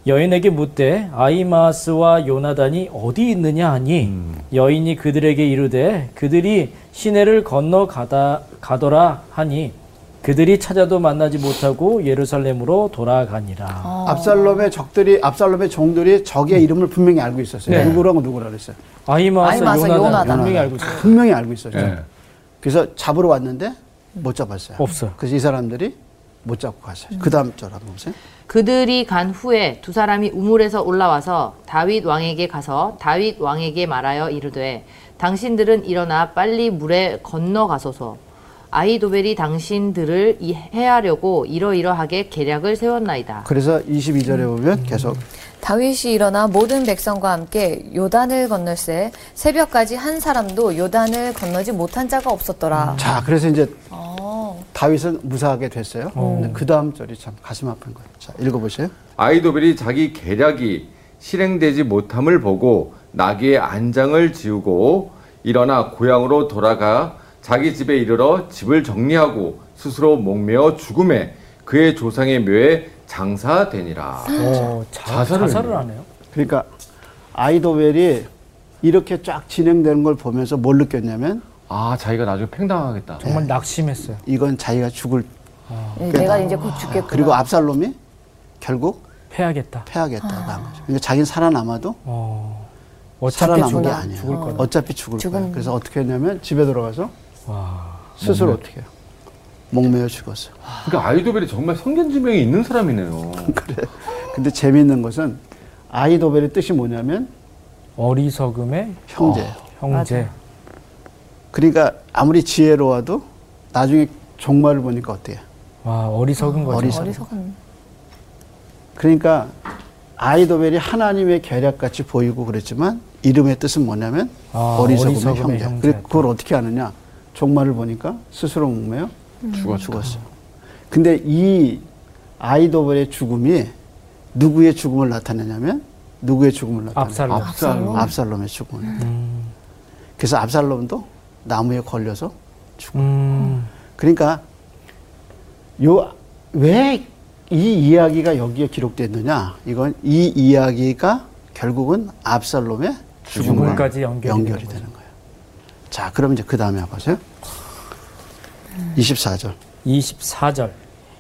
여인에게 묻되 아이마스와 요나단이 어디 있느냐 하니 음. 여인이 그들에게 이르되 그들이 시내를 건너 가다 가더라 하니 그들이 찾아도 만나지 못하고 예루살렘으로 돌아가니라. 압살롬의 적들이, 압살롬의 종들이 적의 이름을 분명히 알고 있었어요. 네. 누구라고 누구라 그랬어요. 아이마스, 아히마스, 요나단, 요나단. 분명히 알고 있어요. 분명히 알고 있었죠. 예. 그래서 잡으러 왔는데 못 잡았어요. 없어요. 그래서 이 사람들이 못 잡고 갔어요. 그 다음 절 한번 보세요. 그들이 간 후에 두 사람이 우물에서 올라와서 다윗 왕에게 가서 다윗 왕에게 말하여 이르되 당신들은 일어나 빨리 물에 건너가소서 아이도벨이 당신들을 이- 해하려고 이러이러하게 계략을 세웠나이다. 그래서 22절에 보면 계속 다윗이 일어나 모든 백성과 함께 요단을 건널세 새벽까지 한 사람도 요단을 건너지 못한 자가 없었더라. 자, 그래서 이제 어. 다윗은 무사하게 됐어요. 근데 그 다음 절이 참 가슴 아픈 거예요. 자, 읽어보세요. 아이도벨이 자기 계략이 실행되지 못함을 보고 나귀의 안장을 지우고 일어나 고향으로 돌아가 자기 집에 이르러 집을 정리하고 스스로 목매어 죽음에 그의 조상의 묘에 장사되니라. 아, 오, 어, 자, 자살을 자살을, 했네요. 하네요. 그러니까 아이도웰이 이렇게 쫙 진행되는 걸 보면서 뭘 느꼈냐면 아 자기가 나중에 팽당하겠다. 네. 정말 낙심했어요. 이건 자기가 죽을 예, 내가 이제 곧 죽겠구나. 그리고 아- 압살롬이 결국 패하겠다. 패하겠다고 한 거죠. 그러니까 자기는 살아남아도 어, 어차피 뭐 살아남은 게 죽을, 아니에요. 죽을 거다. 어차피 죽을 죽음. 거예요. 그래서 어떻게 했냐면 집에 들어가서 와, 스스로 어떻게 해요? 목매어 죽었어요. 그러니까 아이도벨이 정말 성견지명이 있는 사람이네요. 그렇죠. 근데 재미있는 것은 아이도벨의 뜻이 뭐냐면 어리석음의 형제. 형제. 그러니까 아무리 지혜로워도 나중에 종말을 보니까 어때요? 와, 어리석은 거죠. 어리석- 어리석은. 그러니까 아이도벨이 하나님의 계략같이 보이고 그랬지만 이름의 뜻은 뭐냐면 아, 어리석음의, 어리석음의 형제. 형제. 그리고 그걸 어떻게 아느냐? 종말을 보니까 스스로 목매어 죽었다. 죽었어요. 근데 이 아이도벨의 죽음이 누구의 죽음을 나타내냐면 누구의 죽음을 나타내냐? 압살롬. 압살롬. 압살롬의 죽음을. 나타내요. 음, 그래서 압살롬도 나무에 걸려서 죽. 음, 그러니까 요 왜 이 이야기가 여기에 기록됐느냐? 이건 이 이야기가 결국은 압살롬의 죽음과 죽음까지 연결이 연결이 되는 거죠. 되는 거예요. 자, 그럼 이제 그 다음에 와보세요. 24절. 24절.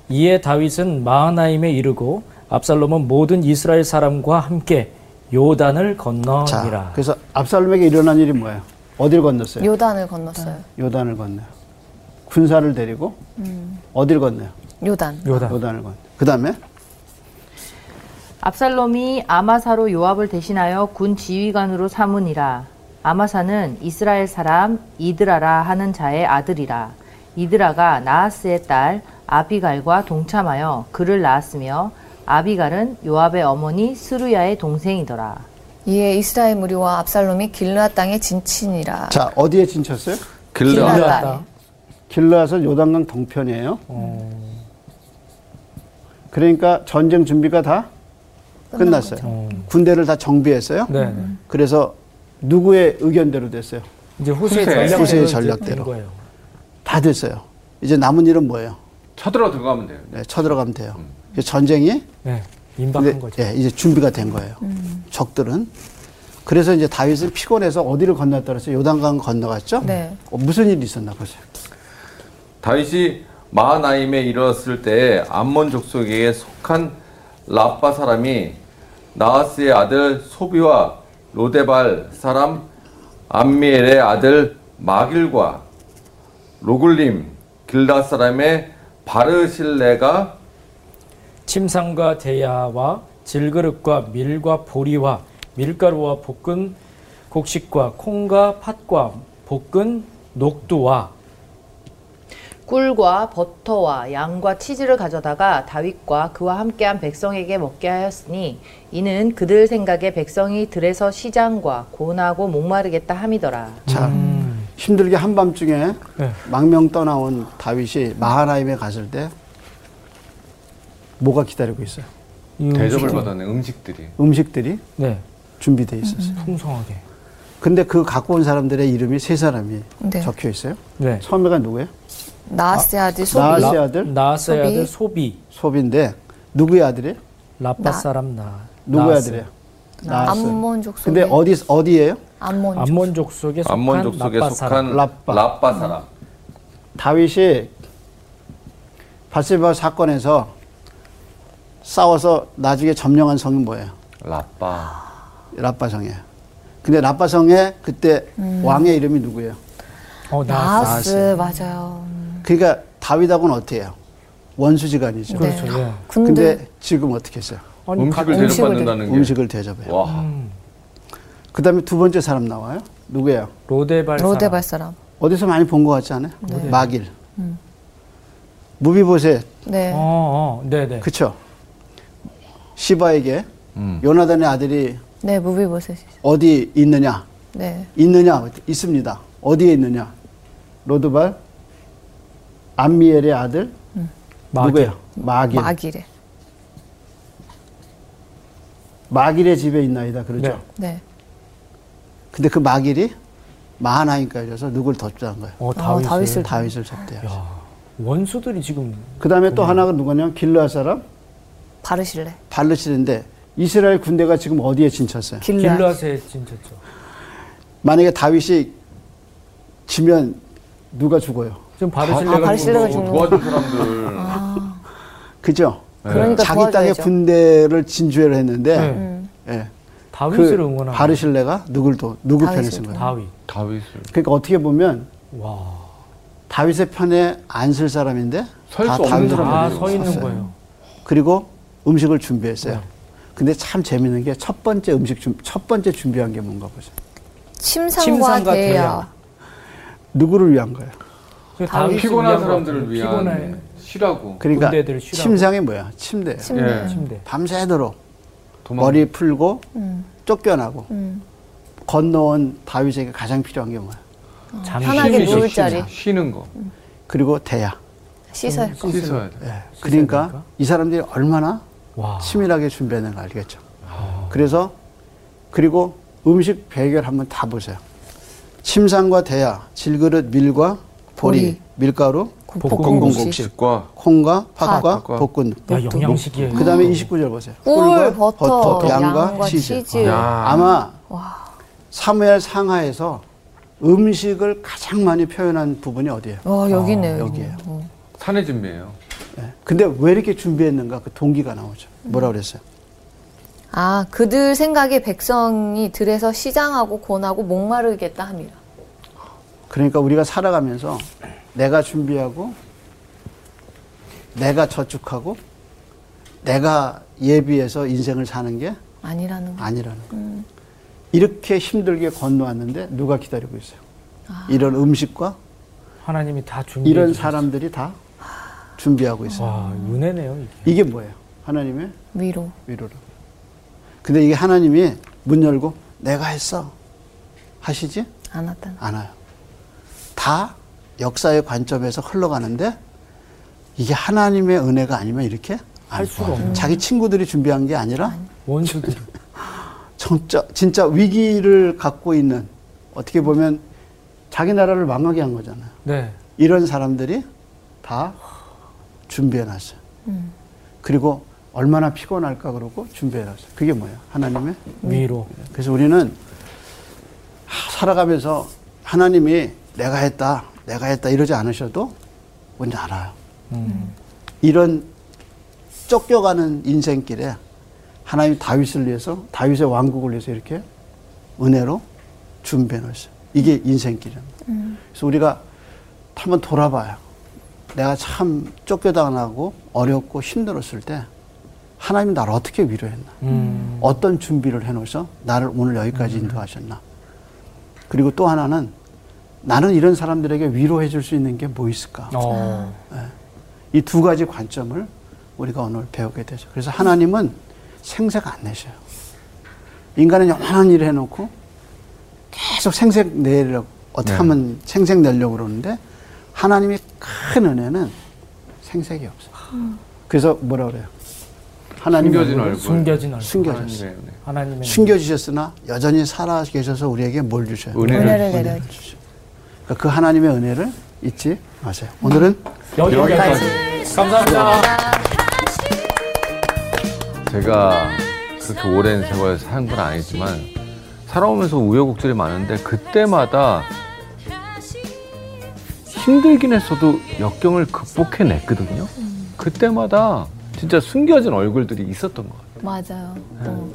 이에 다윗은 마하나임에 이르고 압살롬은 모든 이스라엘 사람과 함께 요단을 자, 건너니라. 그래서 압살롬에게 일어난 일이 뭐예요? 어딜 건넜어요? 요단을 건넜어요. 요단을 건너요. 군사를 데리고 어딜 건너요? 요단. 요단. 요단을 건너요. 그 다음에 압살롬이 아마사로 요압을 대신하여 군 지휘관으로 삼으니라. 아마사는 이스라엘 사람 이드라라 하는 자의 아들이라. 이드라가 나하스의 딸 아비갈과 동참하여 그를 낳았으며 아비갈은 요압의 어머니 스루야의 동생이더라. 이에 이스라엘 무리와 압살롬이 길르앗 땅에 진친이라. 자, 어디에 진쳤어요? 길라. 길라. 음. 길라서 요단강 동편이에요. 어, 그러니까 전쟁 준비가 다 끝났어요. 군대를 다 정비했어요. 음. 네. 그래서 누구의 의견대로 됐어요? 이제 후세 후세. 전략대로 후세의 이제 전략대로. 된 거예요. 다 됐어요. 이제 남은 일은 뭐예요? 쳐들어 들어가면 돼요. 네, 쳐들어가면 돼요. 이게 전쟁이 네. 근데, 임박한 거죠. 예, 이제 준비가 된 거예요. 적들은. 그래서 이제 다윗은 피곤해서 어디를 건넜다 그랬어요? 요단강 건너갔죠? 네. 어, 무슨 일이 있었나 보세요. 다윗이 마하나임에 이르렀을 때 암몬 족속에게 속한 라빠 사람이 나하스의 아들 소비와 로데발 사람 암미엘의 아들 마길과 로굴림 길다 사람의 바르실레가 침상과 대야와 질그릇과 밀과 보리와 밀가루와 볶은 곡식과 콩과 팥과 볶은 녹두와 꿀과 버터와 양과 치즈를 가져다가 다윗과 그와 함께한 백성에게 먹게 하였으니 이는 그들 생각에 백성이 들에서 시장과 고나고 목마르겠다 함이더라. 자, 힘들게 한밤중에 음. 네. 망명 떠나온 다윗이 마하나임에 갔을 때 뭐가 기다리고 있어요? 이 대접을 음식이- 받았는 음식들이 음식들이 네. 준비돼 있었어요. 음. 풍성하게. 근데 그 갖고 온 사람들의 이름이 세 사람이 네. 적혀 있어요. 네. 처음에가 누구예요? 나아스의 아들 음, 소비. 나아스- 나- 아들? 나아스의 소비. 아들 소비. 소비인데 누구의 아들이에요? 라파 나- 사람 나. 누구의 나아스. 아들이에요? 나아스. 암몬 족속. 근데 어디 어디예요? 암몬 족 암몬 족속에 속한 암몬 족속에 라빠 사람. 속한 라빠. 라빠 사람 다윗이 바세바 사건에서 싸워서 나중에 점령한 성이 뭐예요? 라빠 라빠성이에요. 근데 라빠성에 그때 음. 왕의 이름이 누구예요? 어, 나아스 나아스. 맞아요. 음, 그러니까 다윗하고는 어때요? 원수지간이죠. 그렇죠. 네. 예. 군대 근데 지금 어떻게 했어요? 아니, 각- 음식을 음식을 대접받는다는 게 음식을 대접해요. 와 그다음에 두 번째 사람 나와요. 누구예요? 로데발 사람. 로데발 사람. 어디서 많이 본 것 같지 않아요? 네. 마길. 무비보셋 네. 그 어, 어, 네, 네. 그쵸? 시바에게 음. 요나단의 아들이 네, 무비 보세요. 어디 있느냐? 네. 있느냐? 있습니다. 어디에 있느냐? 로드발, 암미엘의 아들, 누구예요? 마길. 마기레. 마길. 의 집에 있나이다. 그러죠. 네. 네. 근데 그 마길이 마하나인가에 져서 누굴 덮자는 거예요. 어, 아, 다윗을. 다윗을. 다윗을 잡대요. 원수들이 지금 그 다음에 또 하나가 누구냐면 길르앗 사람 바르실레. 발르시는데 이스라엘 군대가 지금 어디에 진쳤어요? 네. 길라. 길라세 진쳤죠. 만약에 다윗이 지면 누가 죽어요? 지금 바르실레가 아, 바르실레가 죽은 죽는 거고. 도와준 사람들 그죠? 그러니까 자기 땅의 도와줘야죠. 음. 군대를 진주회를 했는데 네. 예. 다윗을 그 응원하는 바르실레가 누굴 또 누구 편에 쓴 거예요? 다윗. 다윗을 그러니까 어떻게 보면 와. 다윗의 편에 안 쓸 사람인데 설수 없는 다윗의 사람. 편에 다 사람들이 아, 서 있는 섰어요. 거예요. 그리고 음식을 네. 준비했어요. 근데 참 재밌는 게 첫 번째 음식 준- 첫 번째 준비한 게 뭔가 보세요. 침상과, 침상과 대야. 대야. 누구를 위한 거예요? 그 다윗을 아, 피곤한 위한 사람들을 거. 위한 뭐 피곤해. 쉬라고 그러니까 군대들 쉬라고. 침상이 뭐야? 침대예요. 침대. 예. 침대. 밤새도록 도망- 머리 풀고 음. 쫓겨나고 음. 건너온 다윗에게 가장 필요한 게 뭐야? 잠시 편하게 쉬죠. 누울 자리. 쉬는 거 그리고 대야. 씻어요. 씻어야 돼 예. 그러니까 시설입니까? 아. 이 사람들이 얼마나 와. 치밀하게 준비했는가 알겠죠. 아. 그래서 그리고 음식 배결 한번 다 보세요. 침상과 대야, 질그릇 밀과 보리, 보리, 밀가루, 볶음국수. 볶음국수, 과 콩과 팥과 팥과 볶은. 야, 영양식이에요. 그 다음에 29절 보세요. 꿀, 버터, 양과, 양과 치즈. 치즈. 야. 아마 사무엘 상하에서 음식을 가장 많이 표현한 부분이 어디예요? 와, 여기네요. 여기예요. 산의 진미예요 예. 근데 왜 이렇게 준비했는가 그 동기가 나오죠. 뭐라 그랬어요? 아, 그들 생각에 백성이 들에서 시장하고 곤하고 목마르겠다 합니다. 그러니까 우리가 살아가면서 내가 준비하고 내가 저축하고 내가 예비해서 인생을 사는 게 아니라는 거. 아니라는 거예요. 이렇게 힘들게 건너왔는데 누가 기다리고 있어요? 이런 음식과 하나님이 다 준비. 이런 사람들이 다 준비하고 있어요. 와, 은혜네요. 이게. 이게 뭐예요? 하나님의 위로. 위로를. 근데 이게 하나님이 문 열고 내가 했어 하시지 안 왔다는 거. 않아요. 다 역사의 관점에서 흘러가는데 이게 하나님의 은혜가 아니면 이렇게 할 수가 없는. 자기 친구들이 준비한 게 아니라 원수들. 진짜 진짜 위기를 갖고 있는 어떻게 보면 자기 나라를 망하게 한 거잖아요. 네. 이런 사람들이 다 준비해 놨어요. 그리고 얼마나 피곤할까 그러고 준비해 놨어요. 그게 뭐예요? 하나님의 위로. 그래서 우리는 하, 살아가면서 하나님이 내가 했다, 내가 했다 이러지 않으셔도 뭔지 알아요. 음. 이런 쫓겨가는 인생길에 하나님 다윗을 위해서 다윗의 왕국을 위해서 이렇게 은혜로 준비해 놓으세요. 이게 인생길입니다. 그래서 우리가 한번 돌아봐요. 내가 참 쫓겨당하고 어렵고 힘들었을 때 하나님 나를 어떻게 위로했나? 음. 어떤 준비를 해놓으셔 나를 오늘 여기까지 인도하셨나? 그리고 또 하나는 나는 이런 사람들에게 위로해 줄 수 있는 게 뭐 있을까? 어. 이 두 가지 관점을 우리가 오늘 배우게 되죠. 그래서 하나님은 생색 안 내셔요. 인간은 영원한 일을 해놓고 계속 생색 내려고, 네. 어떻게 하면 생색 내려고 그러는데 하나님의 큰 은혜는 생색이 없어요. 그래서 뭐라 그래요? 하나님 숨겨진 얼굴 숨겨진 얼굴. 숨겨졌어요. 하나님의 은혜. 하나님의 숨겨주셨으나 여전히 살아 계셔서 우리에게 뭘 주셔요? 은혜를 은혜를 내려. 주시죠. 그러니까 그 하나님의 은혜를 잊지 마세요. 오늘은 여기까지. 감사합니다. 제가 그렇게 오랜 세월 사는 건 아니지만 살아오면서 우여곡절이 많은데 그때마다 힘들긴 했어도 역경을 극복해냈거든요. 그때마다 진짜 숨겨진 얼굴들이 있었던 것 같아요. 맞아요. 어.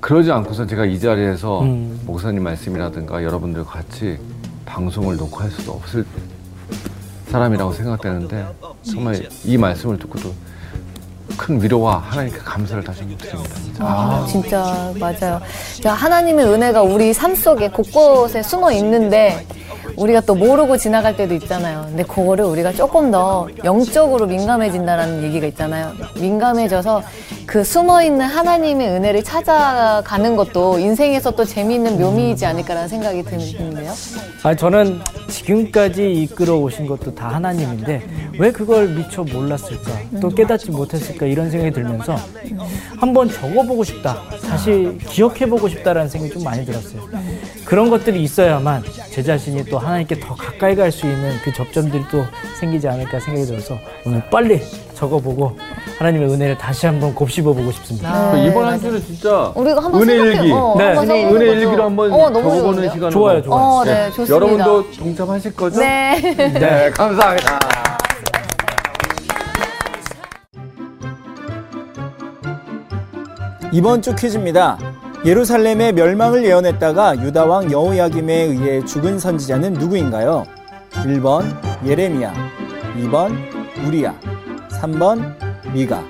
그러지 않고서 제가 이 자리에서 음. 목사님 말씀이라든가 여러분들과 같이 방송을 녹화할 수도 없을 사람이라고 생각되는데 정말 이 말씀을 듣고도 큰 위로와 하나님께 감사를 다시 한번 드립니다. 아, 진짜 맞아요. 자, 하나님의 은혜가 우리 삶 속에 곳곳에 숨어 있는데 우리가 또 모르고 지나갈 때도 있잖아요. 근데 그거를 우리가 조금 더 영적으로 민감해진다라는 얘기가 있잖아요. 민감해져서 그 숨어 있는 하나님의 은혜를 찾아가는 것도 인생에서 또 재미있는 묘미이지 않을까라는 생각이 드는데요. 아니 저는 지금까지 이끌어 오신 것도 다 하나님인데 왜 그걸 미처 몰랐을까 또 깨닫지 못했을까 이런 생각이 들면서 한번 적어보고 싶다 다시 기억해보고 싶다라는 생각이 좀 많이 들었어요 그런 것들이 있어야만 제 자신이 또 하나님께 더 가까이 갈 수 있는 그 접점들이 또 생기지 않을까 생각이 들어서 오늘 빨리 적어보고 하나님의 은혜를 다시 한번 곱씹어보고 싶습니다 이번 한 주는 진짜 우리가 한번 은혜 생각해- 일기. 어, 네. 한번 은혜 써보는 것도- 일기로 한번 어, 너무 적어보는 좋은데요? 시간으로. 좋아요, 좋아요. 어, 네, 좋습니다. 여러분도 동참하실 거죠? 네. 네, 감사합니다. 이번 주 퀴즈입니다. 예루살렘의 멸망을 예언했다가 유다왕 여호야김에 의해 죽은 선지자는 누구인가요? 1번 예레미야, 2번 우리야, 3번 미가.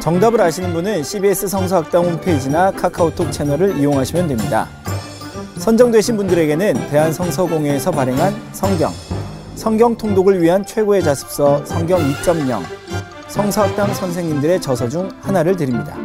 정답을 아시는 분은 CBS 성서학당 홈페이지나 카카오톡 채널을 이용하시면 됩니다. 선정되신 분들에게는 대한성서공회에서 발행한 성경, 성경 통독을 위한 최고의 자습서 성경 2.0, 성서학당 선생님들의 저서 중 하나를 드립니다.